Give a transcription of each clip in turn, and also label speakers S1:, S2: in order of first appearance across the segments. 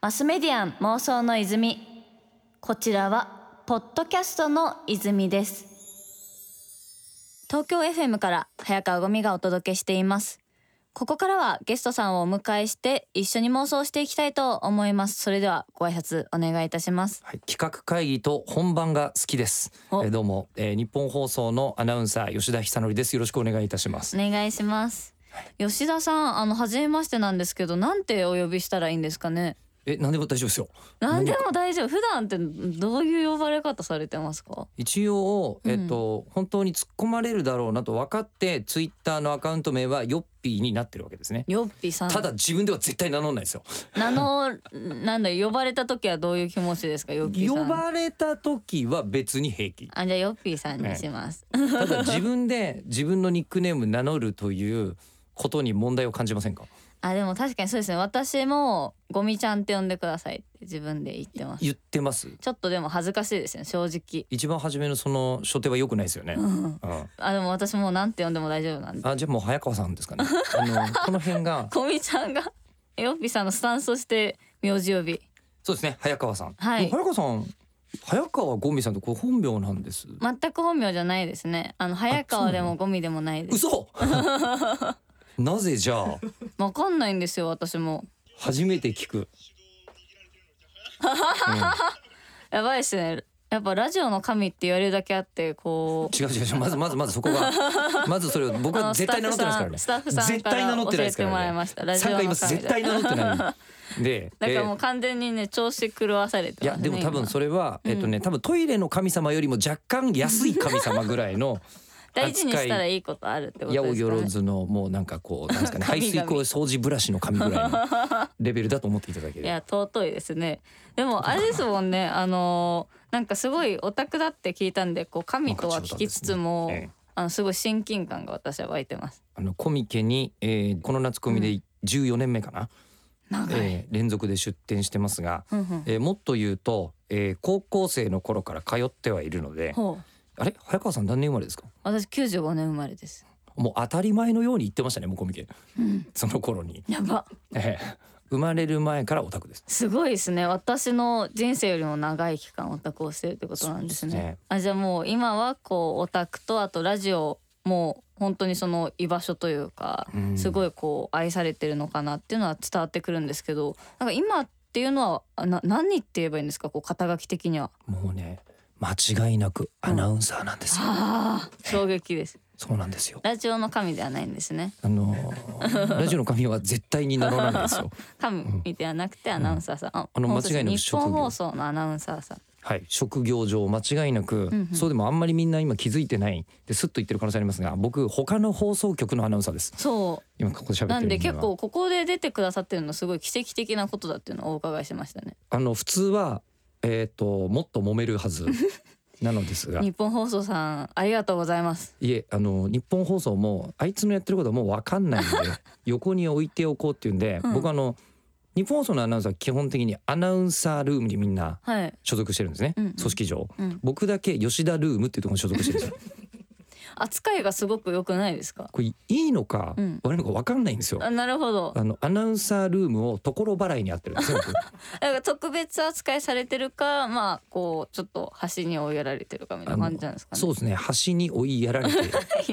S1: マスメディアン妄想の泉こちらはポッドキャストの泉です東京 FM から早川ゴミがお届けしていますここからはゲストさんをお迎えして一緒に妄想していきたいと思いますそれではご挨拶お願いいたします
S2: はい、企画会議と本番が好きです。え
S1: お
S2: ーどうも、えー日本放送のアナウンサー吉田久典です。よろしくお願いいたします。
S1: お願いします吉田さんあの初めましてなんですけどなんてお呼びしたらいいんですかね
S2: え、何でも大丈夫ですよ。
S1: なんでも大丈夫普段ってどういう呼ばれ方されてますか
S2: 一応、
S1: うん
S2: えっと、本当に突っ込まれるだろうなと分かって、ツイッターのアカウント名はヨッピーになってるわけですね。
S1: よっぴさん
S2: ただ自分では絶対名乗らないですよ。
S1: 名のなんだ呼ばれた時はどういう気持ちですかよっぴさん
S2: 呼ばれた時は別に平 気。
S1: あじゃあよっぴさんにします、
S2: ただ自分で自分のニックネーム名乗るということに問題を感じませんか
S1: あでも確かにそうですね私もゴミちゃんって呼んでくださいって自分で言ってます
S2: 言ってます。
S1: ちょっとでも恥ずかしいですね正直
S2: 一番初めのその初手は良くないですよね。
S1: うん
S2: うん
S1: あでも私もうなんて呼んでも大丈夫 なんで
S2: あじゃあもう早川さんですかね。あのこの辺が
S1: ゴミちゃんがよっぴさんのスタンスとして名字呼び
S2: そうですね早川さん。
S1: はい
S2: もう早川さん早川ゴミさんとこれ本名な んです。
S1: 全く本名じゃないですねあの早川でもゴミでもないです
S2: 嘘。 なぜじゃあ
S1: わかんないんですよ私も
S2: 初めて聞く。
S1: やばいですねやっぱラジオの神って言われるだけあってこう
S2: 違う違う違うまずまずまずそこ がまずそれを僕
S1: あ
S2: は
S1: の
S2: 絶対名乗ってないですか
S1: スタ
S2: らね。
S1: ッフさんスタッフさん
S2: 絶
S1: から
S2: 対名乗ってないですか
S1: 教えてもらい
S2: ら
S1: ま
S2: ね。
S1: したラジオの神
S2: 三回言います絶対名乗ってな い。で。
S1: だからも
S2: え
S1: う完全にね調子狂わされて
S2: い
S1: ま
S2: や
S1: す
S2: で
S1: ね
S2: も多分そ
S1: れ
S2: れは、
S1: うん
S2: えっとね多分トイレの神様よりも若干安い神様ぐらいの
S1: 大事にしたらいいことあるってこと
S2: 八
S1: で
S2: 百
S1: すかね
S2: 万のもうなんかこ うなんですかね排
S1: 神々
S2: 水口掃除ブラシの紙ぐらいのレベルだと思っていただけ
S1: い
S2: れば
S1: や尊いですねでもあれですもんねあのーなんかすごいオタクだって聞いたんでこう神とは聞きつつも、
S2: なんかちょっとですねえ
S1: あのすごい親近感が私は湧いてます
S2: あのコミケに、えーこの夏コミ
S1: う
S2: で14年目かな、
S1: 長い、
S2: えー連続で出展してますが、
S1: うんうん
S2: えーもっと言うと、えー高校生の頃から通ってはいるので
S1: ほう
S2: あれ早川さん何年生まれですか
S1: 私95年生まれです、
S2: もう当たり前のように言ってましたねもうコミケ
S1: うん、
S2: その頃に、
S1: やば
S2: えー生まれる前からオタクです
S1: すごいですね私の人生よりも長い期間オタクをしてるってことなんですね
S2: そうですね
S1: あじゃあもう今はこうオタクとあとラジオもう本当にその居場所というか、
S2: うん
S1: すごいこう愛されてるのかなっていうのは伝わってくるんですけどなんか今っていうのはあな何って言えばいいんですかこう肩書き的には
S2: もうね間違いなくアナウンサーなんですよ、
S1: ああ衝撃です
S2: そうなんですよ
S1: ラジオの神ではないんですね
S2: あのーラジオの神は絶対に名乗らないですよ。
S1: 神ではなくてアナウンサーさん、あ
S2: あの
S1: 本当です
S2: 間違いなく
S1: 日本
S2: 職業
S1: 放送のアナウンサーさん
S2: はい、職業上間違いなく、
S1: んうん
S2: そうでもあんまりみんな今気づいてないですっと言ってる可能性ありますが僕他の放送局のアナウンサーです
S1: そう
S2: 今ここ喋ってる
S1: なんで
S2: 人間
S1: 結
S2: は
S1: 構ここで出てくださってるのすごい奇跡的なことだっていうのをお伺いしましたね
S2: あの普通は、えー、ともっと揉める はずなのですが
S1: 日本放送さんありがとうございます
S2: いえあの日本放送もあいつのやってることはもう分か んないんで横に置いておこうっていうんで、
S1: うん
S2: 僕あの日本放送のアナウンサーは基本的にアナウンサールームにみんな
S1: はい、
S2: 所属してるんですね、
S1: うんうん
S2: 組織上。
S1: うん、
S2: 僕だけ吉田ルームっていうところに所属してるんですよ。
S1: 扱いがすごく良くないですか
S2: これいいのか
S1: うん
S2: 悪いのか分かんないんですよ。
S1: あなるほど
S2: あのアナウンサールームを所払いにあってる んですよ。
S1: だ
S2: 僕
S1: から特別扱いされてるかまあこうちょっと端に追いやられてるかみたいな感じなんですかね
S2: そうですね。端に追いやられ て、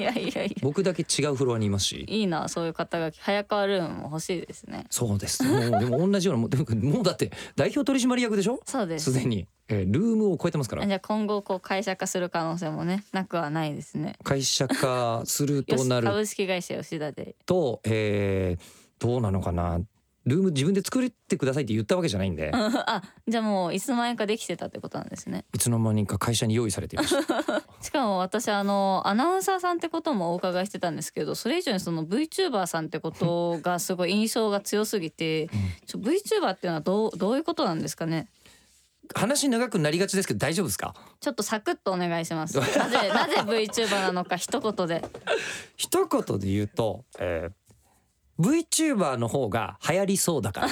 S1: いやいやいや
S2: 僕だけ違うフロアにいますし。
S1: いいなそういう肩書き早川ルームも欲しいですね
S2: そうです。もうでも同じようなもうでももうだって代表取締役でしょ。
S1: そうです
S2: すでに、えールームを超えてますから
S1: あ。じゃあ今後こう会社化する可能性もねなくはないですね
S2: 会社化する
S1: よ
S2: と
S1: し
S2: なる
S1: 株式会社吉田で
S2: と、えーどうなのかな。ルーム自分で作ってくださいって言ったわけじゃないんで、
S1: あじゃあもういつの間にかできてたってことなんですね
S2: いつの間にか会社に用意され ていました。
S1: しかも私あのアナウンサーさんってこともお伺いしてたんですけどそれ以上にその VTuber さんってことがすごい印象が強すぎてちょ VTuber っていうのはどうどういうことなんですかね
S2: 話長くなりがちですけど大丈夫ですか。
S1: ちょっとサクッとお願いし ますなぜなぜ VTuber なのか一言で
S2: 一言で言うと、えー、VTuber の方が流行りそうだ から。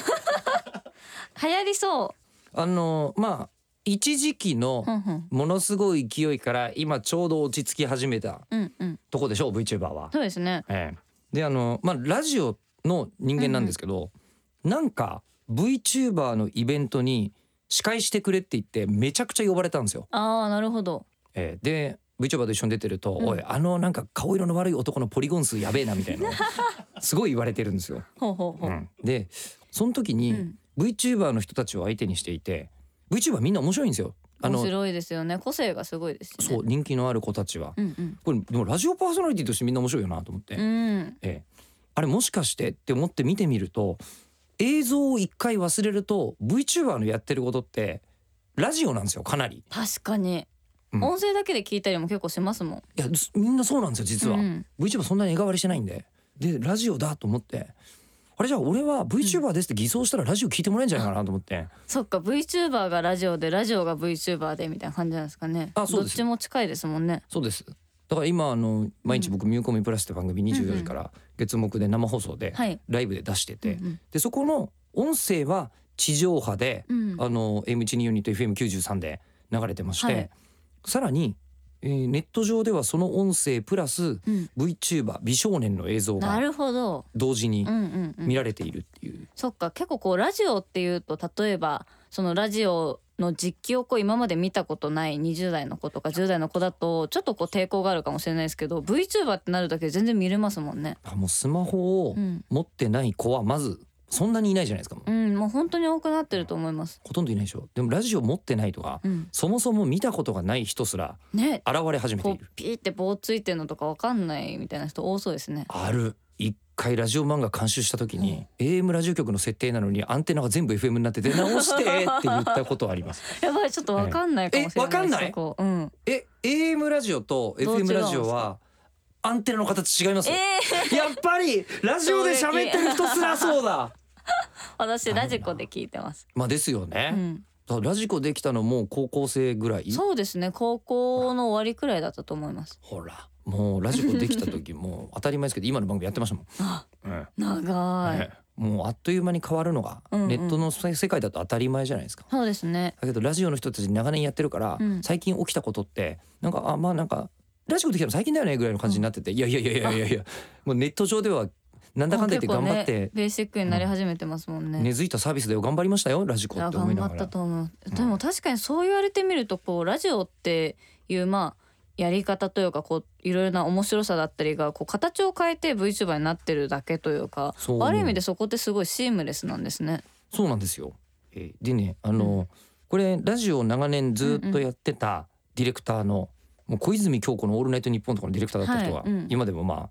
S1: 流行りそ
S2: あのーまあ一時期の
S1: ううんうん
S2: ものすごい勢いから今ちょうど落ち着き始めた
S1: うんうん
S2: とこでしょう VTuber は。
S1: そうですね
S2: ええであのーまあラジオの人間なんですけど、なんか VTuber のイベントに司会してくれって言ってめちゃくちゃ呼ばれたんですよ。
S1: ああなるほど
S2: えーで VTuber と一緒に出てると「
S1: うん
S2: おいあのなんか顔色の悪い男のポリゴン数やべえな」みたいなの をすごい言われてるんですよ。
S1: ほうほうほ
S2: う
S1: う、
S2: ん、でその時
S1: う
S2: に
S1: ん
S2: VTuber の人たちを相手にしていて VTuber みんな面白いんですよ。あ
S1: 面
S2: の
S1: 白いですよね個性がすごいですね
S2: そう人気のある子たちは。
S1: うん
S2: これでもラジオパーソナリティとしてみんな面白いよなと思って、
S1: うんうん
S2: ええあれもしかしてって思って見てみると映像を一回忘れると VTuber のやってることってラジオなんですよかなり。
S1: 確かに、
S2: うん
S1: 音声だけで聞いたりも結構しますもん
S2: いやすみんなそうなんですよ実は。
S1: うん
S2: VTuber そんなに絵代わりしてないんででラジオだと思ってあれじゃあ俺は VTuber ですって偽装したらラジオ聞いてもらえんじゃないかなと思って
S1: そっか VTuber がラジオでラジオが VTuber でみたいな感じなんですかね
S2: あそうです
S1: どっちも近いですもんね
S2: そうですだから今あの毎日僕「ミューコミプラス」って番組24時から月目で生放送で
S1: はい
S2: ライブで出してて
S1: うん
S2: でそこの音声は地上波で
S1: うんうん
S2: あの M124 と FM93 で流れてまして、
S1: はい
S2: さらに、えーネット上ではその音声プラス
S1: うん
S2: VTuber 美少年の映像
S1: な
S2: が
S1: るほど
S2: 同時に
S1: うんうんうん
S2: 見られているっていう、
S1: そっか結構こうラジオっていうと例えばそのラジオの実況をこう今まで見たことない20代の子とか10代の子だとちょっとこう抵抗があるかもしれないですけど VTuber ってなるだけで全然見れますもんね。
S2: あもうスマホを
S1: うん、
S2: 持ってない子はまずそんなにいないじゃないですか、もう
S1: うん、もう本当に多くなってると思います。
S2: ほとんどいないでしょでもラジオ持ってないとか、
S1: うん、
S2: そもそも見たことがない人すら
S1: ね
S2: 現れ始めてい
S1: こ
S2: る
S1: うピーって棒ついてるのとかわかんないみたいな人多そうですね。
S2: ある一回ラジオ漫画監修した時に、AM ラジオ局の設定なのにアンテナが全部 FM になって出直してって言ったことあります
S1: やばいちょっとわかんないかもしれない
S2: えわかんない
S1: そこうん、
S2: え AM ラジオと
S1: どう違うん
S2: FM ラジ
S1: で
S2: オ
S1: す
S2: はアンテナの形違います、
S1: えー、
S2: やっぱりラジオで喋ってる人すらそうだ
S1: 私ラジコで聞いてます。
S2: まあですよ
S1: う
S2: ね、
S1: ん、
S2: だからラジコできたのも高校生ぐらい
S1: そうですね高校の終わりくらいだったと思います。
S2: ほらもうラジコできた 時もう当たり前ですけど今の番組やってましたもん、
S1: あ
S2: うん
S1: 長い、
S2: ええもうあっという間に変わるのが
S1: うんうん
S2: ネットの世界だと当たり前じゃないですか、
S1: そうですね。
S2: だけどラジオの人たち長年やってるから、
S1: うん
S2: 最近起きたことってなんかあまあなんかラジオできたの最近だよねぐらいの感じになってて、いやいやいやいやいやいやもうネット上ではなんだかんだ言って頑張っ
S1: 結構ね
S2: て、
S1: ベーシックになり始めてますもんね。
S2: 根付いたサービスだよ頑張りましたよラジコ
S1: いや
S2: って思い
S1: 頑張
S2: なが
S1: った
S2: ら。
S1: と思う、
S2: ん
S1: でも確かにそう言われてみるとこうラジオっていうまあやり方というかこういろいろな面白さだったりがこう形を変えて VTuber になってるだけというか
S2: そう
S1: ある意味でそこってすごいシームレスなんですね。
S2: そうなんですよ。えーでねあの、
S1: う
S2: これラジオを長年ずっとやってたディレクターの、もう小泉今日子の「オールナイトニッポン」とかのディレクターだった人が、
S1: はいうん
S2: 今でもまあ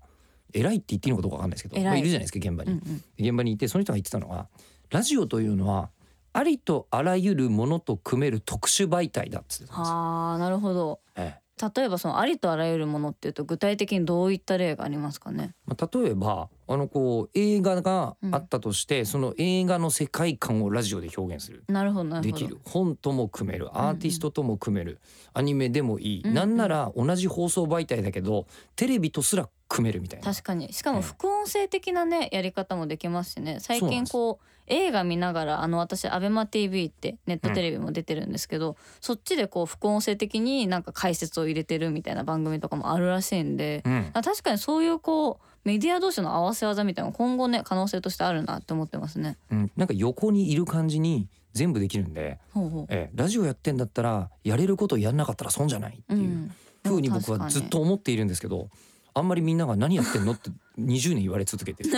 S2: 偉いって言っていいのかどうかわかんないですけど、
S1: 偉い
S2: まあ、いるじゃないですか現場
S1: う
S2: に。
S1: ん
S2: 現場にいてその人が言ってたのはラジオというのはありとあらゆるものと組める特殊媒体だっつって
S1: うん、
S2: たんですよ。
S1: はあなるほど
S2: ええ
S1: 例えばそのありとあらゆるものっていうと具体的にどういった例がありますかね。
S2: まあ、例えばあのこう映画があったとして、その映画の世界観をラジオで表現する。
S1: なるほどなる
S2: で
S1: ほど。
S2: きる本とも組めるアーティストとも組める、アニメでもいい、
S1: うんうん
S2: なんなら同じ放送媒体だけどテレビとすら組めるみたいな
S1: 確かにしか
S2: え
S1: も
S2: え
S1: 副音声的なねやり方もできますしね最
S2: そうな
S1: 近
S2: んです
S1: こう映画見ながらあの私 ABEMATV ってネットテレビも出てるんですけど、そっちでこう副音声的になんか解説を入れてるみたいな番組とかもあるらしいんで、
S2: うん、
S1: あ確かにそういうこうメディア同士の合わせ技みたいなの今後ね可能性としてあるなって思ってますね。
S2: うん、なんか横にいる感じに全部できるんで、
S1: ほうほう
S2: ええラジオやってんだったらやれることやんなかったら損じゃないって
S1: う
S2: いうんふうに僕はずっと思っているんですけど、あんまりみんなが何やってんのって20年言 われ続 けてる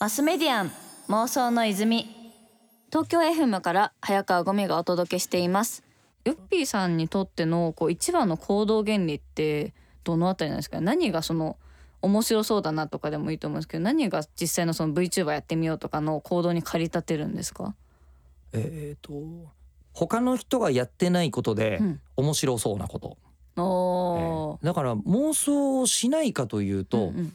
S1: マスメディアン妄想の泉東京 FM から早川ゴミがお届けしていますヨッピーさんにとってのこう一番の行動原理ってどのあたりなんですか何がその面白そうだなとかでもいいと思うんですけど何が実際のその VTuber やってみようとかの行動に駆り立てるんですか、
S2: えっと他の人がやってないことで
S1: うん、
S2: 面白そうなこと、え
S1: おー、
S2: えだから妄想をしないかというと、
S1: うんうん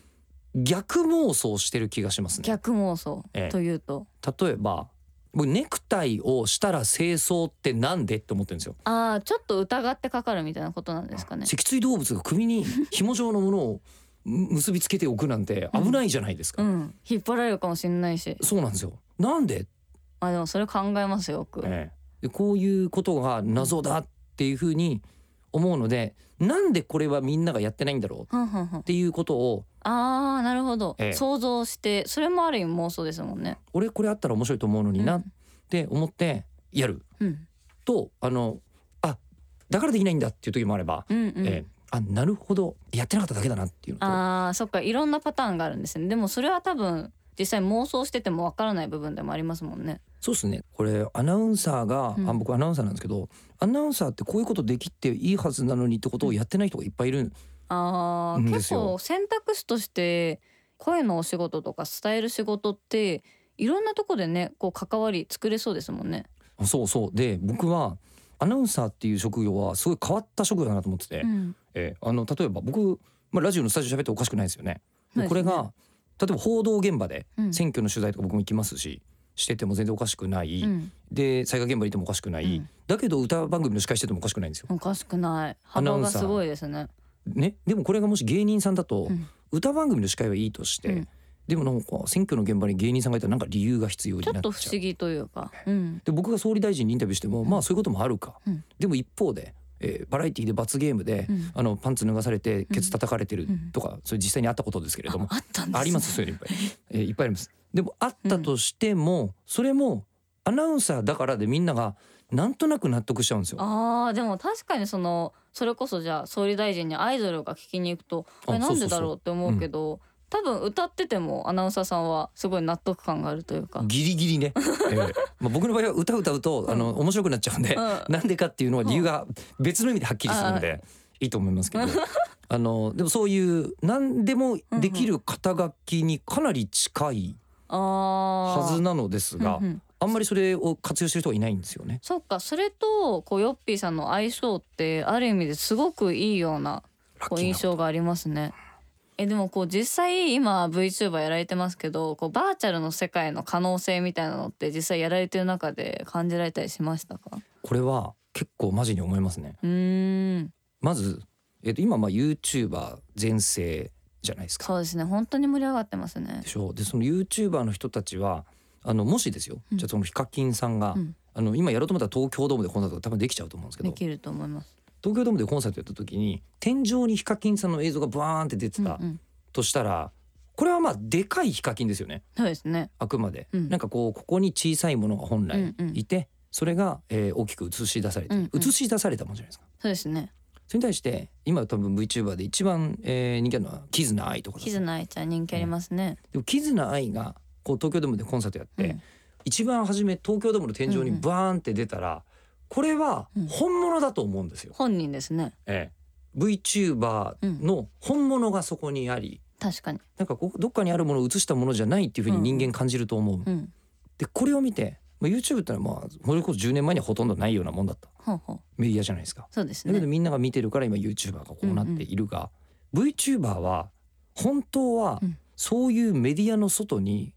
S2: 逆妄想してる気がしますね
S1: 逆妄想
S2: ええ
S1: というと、
S2: 例えば僕ネクタイをしたら清掃ってなんでって思ってるんですよ、
S1: ああちょっと疑ってかかるみたいなことなんですかね
S2: 脊椎動物が首に紐状のものをむ結びつけておくなんて危ないじゃないですか、
S1: うん引っ張られるかもしれないし
S2: そうなんですよなんで、
S1: まあでもそれ考えますよよく、
S2: ええでこういうことが謎だっていうふうに思うのでなんでこれはみんながやってないんだろうっ
S1: ふんふんふん
S2: ていうことを
S1: あーなるほど、
S2: ええ
S1: 想像してそれもある意味妄想ですもんね
S2: 俺これあったら面白いと思うのにな
S1: う
S2: っ
S1: ん
S2: て思ってやる
S1: うん
S2: とあのあだからできないんだっていう時もあれば、
S1: うんうん、
S2: えーあなるほどやってなかっただけだなっていうのと
S1: あーそっかいろんなパターンがあるんですねでもそれは多分実際妄想しててもわからない部分でもありますもんね
S2: そうですねこれアナウンサーが、
S1: うん
S2: あ僕アナウンサーなんですけどアナウンサーってこういうことできていいはずなのにってことをやってない人がいっぱいいる、
S1: あー
S2: うんです
S1: 結
S2: よ
S1: 構選択肢として声のお仕事とか伝える仕事っていろんなとこでねこう関わり作れそうですもんね。
S2: そうそうで僕はアナウンサーっていう職業はすごい変わった職業だなと思ってて、
S1: うん
S2: えーあの例えば僕、まあ、ラジオのスタジオ喋っておかしくないですよね。
S1: そうですね
S2: これが例えば報道現場で
S1: うん
S2: 選挙の取材とか僕も行きますし、してても全然おかしくない、
S1: うん
S2: で災害現場にいてもおかしくない、
S1: うん
S2: だけど歌番組の司会しててもおかしくないんですよ。
S1: おかしくない
S2: アナウ
S1: 幅
S2: ンサ
S1: が
S2: ー
S1: すごいですね。
S2: ね、でもこれがもし芸人さんだと、
S1: うん
S2: 歌番組の司会はいいとして、
S1: うん
S2: でもなんか選挙の現場に芸人さんがいたらなんか理由が必要に
S1: ち
S2: なっ
S1: ょ
S2: ち
S1: っ
S2: ゃう。
S1: と不思議というか。うん
S2: で僕が総理大臣にインタビューしても、まあそういうこともあるか、
S1: うん
S2: でも一方で、えーバラエティで罰ゲームで、
S1: うん
S2: あのパンツ脱がされてケツ叩かれてる
S1: うん
S2: とか、それ実際にあったことですけれども
S1: ああったんですね
S2: ありますそういうのいっぱい、えーいっぱいありますでもあったとしても、それもアナウンサーだからでみんながなんとなく納得しちゃうんですよ
S1: あーでも確かにそのそれこそじゃあ総理大臣にアイドルが聞きに行くと
S2: あ
S1: あれな
S2: そ
S1: ん
S2: うそうそう
S1: でだろうって思うけど多分歌っててもアナウンサーさんはすごい納得感があるというか。
S2: ギリギリね、えーまあ、僕の場合は歌歌うと、あの面白くなっちゃうんで、
S1: うん
S2: なんでかっていうのは理由が別の意味ではっきりするんで、いいと思いま すけどあのでもそういう何でもできる肩書きにかなり近い
S1: あ
S2: は
S1: ー
S2: ずなのですが、
S1: うんうん
S2: あんまりそれを活用してる人はいないんですよね。
S1: そっかそれとこうヨッピーさんの相性ってある意味ですごくいいような
S2: ラッ
S1: こう
S2: キー
S1: 印
S2: な
S1: 象がありますね。えでもこう実際今 VTuber やられてますけどこうバーチャルの世界の可能性みたいなのって実際やられてる中で感じられたりしましたか
S2: これは結構マジに思いますね。
S1: うーん
S2: まず、えっと今まあ YouTuber 全盛じゃないですか。
S1: そうですね本当に盛り上がってますね
S2: で。しょうでその YouTuber の人たちはあのもしですよ、
S1: うん
S2: じゃあそのヒカキンさんが、
S1: うん
S2: あの今やろうと思ったら東京ドームでコンサートが多分できちゃうと思うんですけ
S1: で
S2: ど
S1: きると思います。
S2: 東京ドームでコンサートやった時に天井にヒカキンさんの映像がバーンって出てた
S1: うんうん
S2: としたら、これはまあでかいヒカキンですよね
S1: そうですね。
S2: あくまで、
S1: うん
S2: なんかこうここに小さいものが本来
S1: うんうん
S2: いて、それが、えー大きく映し出されて、
S1: うんうん
S2: 映し出されたもんじゃないですか。
S1: そうですね。
S2: それに対して今多分 VTuber で一番、えー人気あるのはキズナアイとかだ
S1: キズナアイちゃん人気ありますね。
S2: でもキズナアイがこう東京ドームでコンサートやって、
S1: うん
S2: 一番初め東京ドームの天井にバーンって出たら、これは本物だと思うんですよ。
S1: 本人ですね。
S2: ええ VTuber の本物がそこにあり、
S1: 確かに。
S2: なんかこうどっかにあるものを映したものじゃないっていうふうに人間感じると思う。
S1: うん。
S2: でこれを見て、まあ、YouTube ってのはまあそれこそ10年前にはほとんどないようなもんだった
S1: ほうほう。
S2: メディアじゃないですか。
S1: そうです
S2: だけど
S1: ね。
S2: みんなが見てるから今 YouTuber がこうなっているが、VTuber は本当は
S1: うん
S2: そういうメディアの外に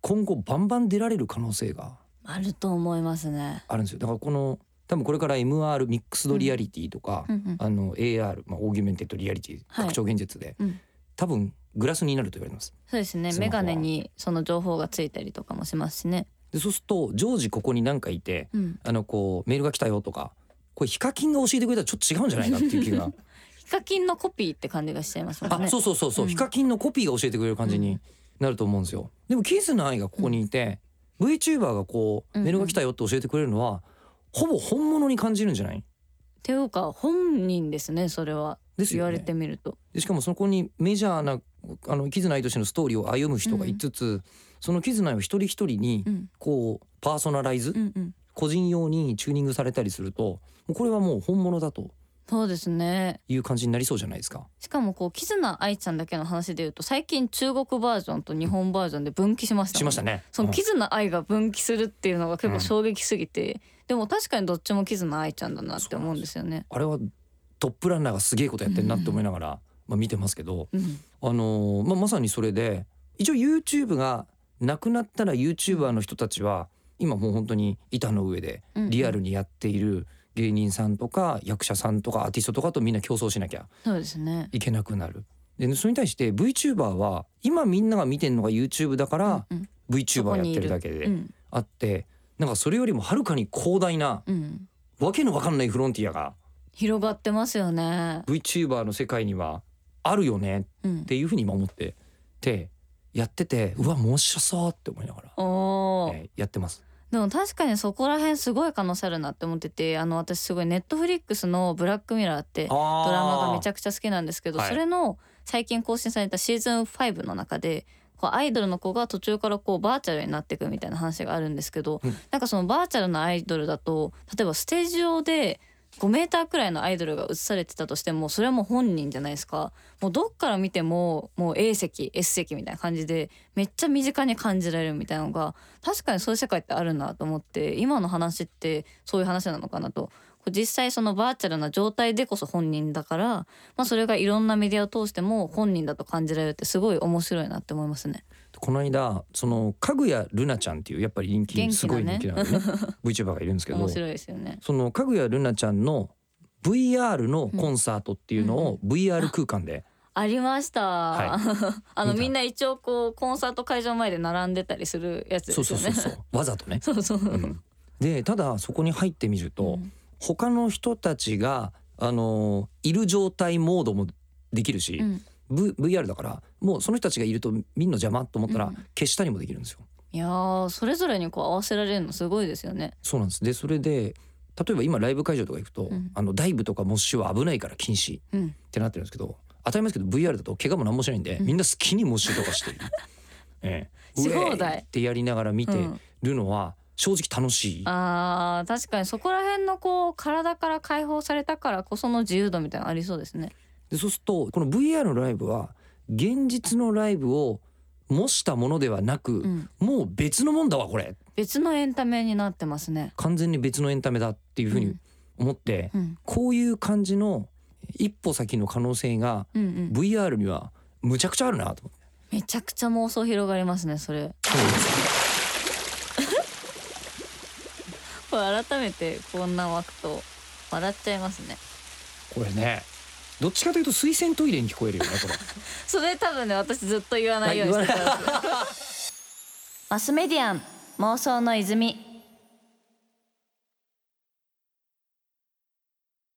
S2: 今後バンバン出られる可能性が
S1: あると思いますね。
S2: あるんですよだからこの多分これから MR ミックスドリアリティとか、
S1: うんうん
S2: あの AR、まあ、オーギュメンテッドリアリティ
S1: はい
S2: 拡張現実で、
S1: うん
S2: 多分グラスになると言われてます
S1: そうですね。
S2: スマ
S1: メ
S2: ホは
S1: ガネにその情報がついたりとかもしますしね。
S2: でそうすると常時ここに何かいて
S1: うん。
S2: あのこうメールが来たよとかこれヒカキンが教えてくれたらちょっと違うんじゃないかってい う気が
S1: ヒカキンのコピーって感じがしちゃいますもん
S2: あ
S1: ね。
S2: そうそうそうそう、
S1: うん
S2: ヒカキンのコピーが教えてくれる感じになると思うんですよでもキズの愛がここにいて、VTuber がこう
S1: うんうん
S2: メールが来たよって教えてくれるのは、ほぼ本物に感じるんじゃない
S1: ていうか本人ですね。それは
S2: です
S1: 言
S2: よね
S1: われてみると。
S2: でしかもそこにメジャーなあの絆愛としてのストーリーを歩む人がいつつ、その絆愛を一人一人に
S1: うん
S2: こうパーソナライズ、
S1: うんうん。
S2: 個人用にチューニングされたりするともうこれはもう本物だと
S1: そうですね。
S2: いう感じになりそうじゃないですか。
S1: しかもこうキズナアイちゃんだけの話で言うと最近中国バージョンと日本バージョンで分岐しましたも
S2: し
S1: んね
S2: ましたね。
S1: そのキ
S2: うん
S1: ズナ愛が分岐するっていうのが結構衝撃すぎて、でも確かにどっちもキズナ愛ちゃんだなって思うんですよね。
S2: あれはトップランナーがすげえことやってんなって思いながら、まあ、見てますけど、
S1: うん、
S2: あのーまあ、まさにそれで一応 YouTube がなくなったら YouTuber の人たちは今もう本当に板の上で
S1: うんうん
S2: リアルにやっている芸人さんとか役者さんとかアーティストとかとみんな競争しなきゃ
S1: そうですね。
S2: いけなくなる。でそれに対して VTuber は今みんなが見てるのが YouTube だから
S1: うん
S2: VTuber やってるだけ
S1: う
S2: で
S1: ん
S2: あってなんかそれよりもはるかに広大な
S1: うん、
S2: わけのわかんないフロンティアが
S1: 広がってますよね。
S2: VTuber の世界にはあるよね
S1: うん
S2: っていうふうに今思っててやっててうわ面白そうって思いながら、
S1: おー
S2: えーやってます。
S1: でも確かにそこら辺すごい可能性あるなって思っててあの私すごいネットフリックスの「ブラックミラー」って
S2: ド
S1: ドラマがめちゃくちゃ好きなんですけど、
S2: はい
S1: それの最近更新されたシーズン5の中でこうアイドルの子が途中からこうバーチャルになっていくみたいな話があるんですけど、
S2: うん
S1: なんかそのバーチャルなアイドルだと例えばステージ上で5メーターくらいのアイドルが映されてたとしてもそれはもう本人じゃないですかもうどっから見てももう A 席 S 席みたいな感じでめっちゃ身近に感じられるみたいなのが確かにそういう世界ってあるなと思って今の話ってそういう話なのかなとこう実際そのバーチャルな状態でこそ本人だから、まあ、それがいろんなメディアを通しても本人だと感じられるってすごい面白いなって思いますね。
S2: この間そのかぐやるなちゃんっていうやっぱり人気
S1: 元気なね
S2: すごい人気な のね VTuber がいるんですけど
S1: 面白いですよね。
S2: そのかぐやるなちゃんの VR のコンサートっていうのを VR 空間で、
S1: ありました。 あの
S2: 見た
S1: みんな一応こうコンサート会場前で並んでたりするやつ
S2: そう
S1: です
S2: そ
S1: よ
S2: うそう
S1: ね。
S2: そうわざとね。
S1: そう そう。
S2: うんでただそこに入ってみると、
S1: うん
S2: 他の人たちがあのいる状態モードもできるし、
S1: うん
S2: v、VR だからもうその人たちがいると見んの邪魔と思ったら
S1: うん
S2: 消したりもできるんですよ。
S1: いやーそれぞれにこう合わせられるのすごいですよね。
S2: そうなんですでそれで例えば今ライブ会場とか行くと、
S1: うん
S2: あのダイブとかモッシュは危ないから禁止っ
S1: うん、
S2: てなってるんですけど当たり前ですけど VR だと怪我も何もしないんで、
S1: うん
S2: みんな好きにモッシュとかして る。ええ、
S1: し放題
S2: ウェーイってやりながら見て
S1: うん
S2: るのは正直楽しい。
S1: あー確かにそこら辺のこう体から解放されたからこその自由度みたいなのありそうですね。
S2: でそうするとこの VR のライブは現実のライブを模したものではなく、
S1: うん、
S2: もう別のもんだわこれ
S1: 別のエンタメになってますね。
S2: 完全に別のエンタメだっていうふう
S1: う
S2: に
S1: ん
S2: 思って、
S1: うん
S2: こういう感じの一歩先の可能性が
S1: うんうん、
S2: VR にはむちゃくちゃあるなと思って。
S1: めちゃくちゃ妄想広がりますねそれこれ改めてこんな湧くと笑っちゃいますね
S2: これねどっちかというと水洗トイレに聞こえるよねこれ。
S1: それ多分ね私ずっと言わないようにしてたんですよマスメディアン妄想の泉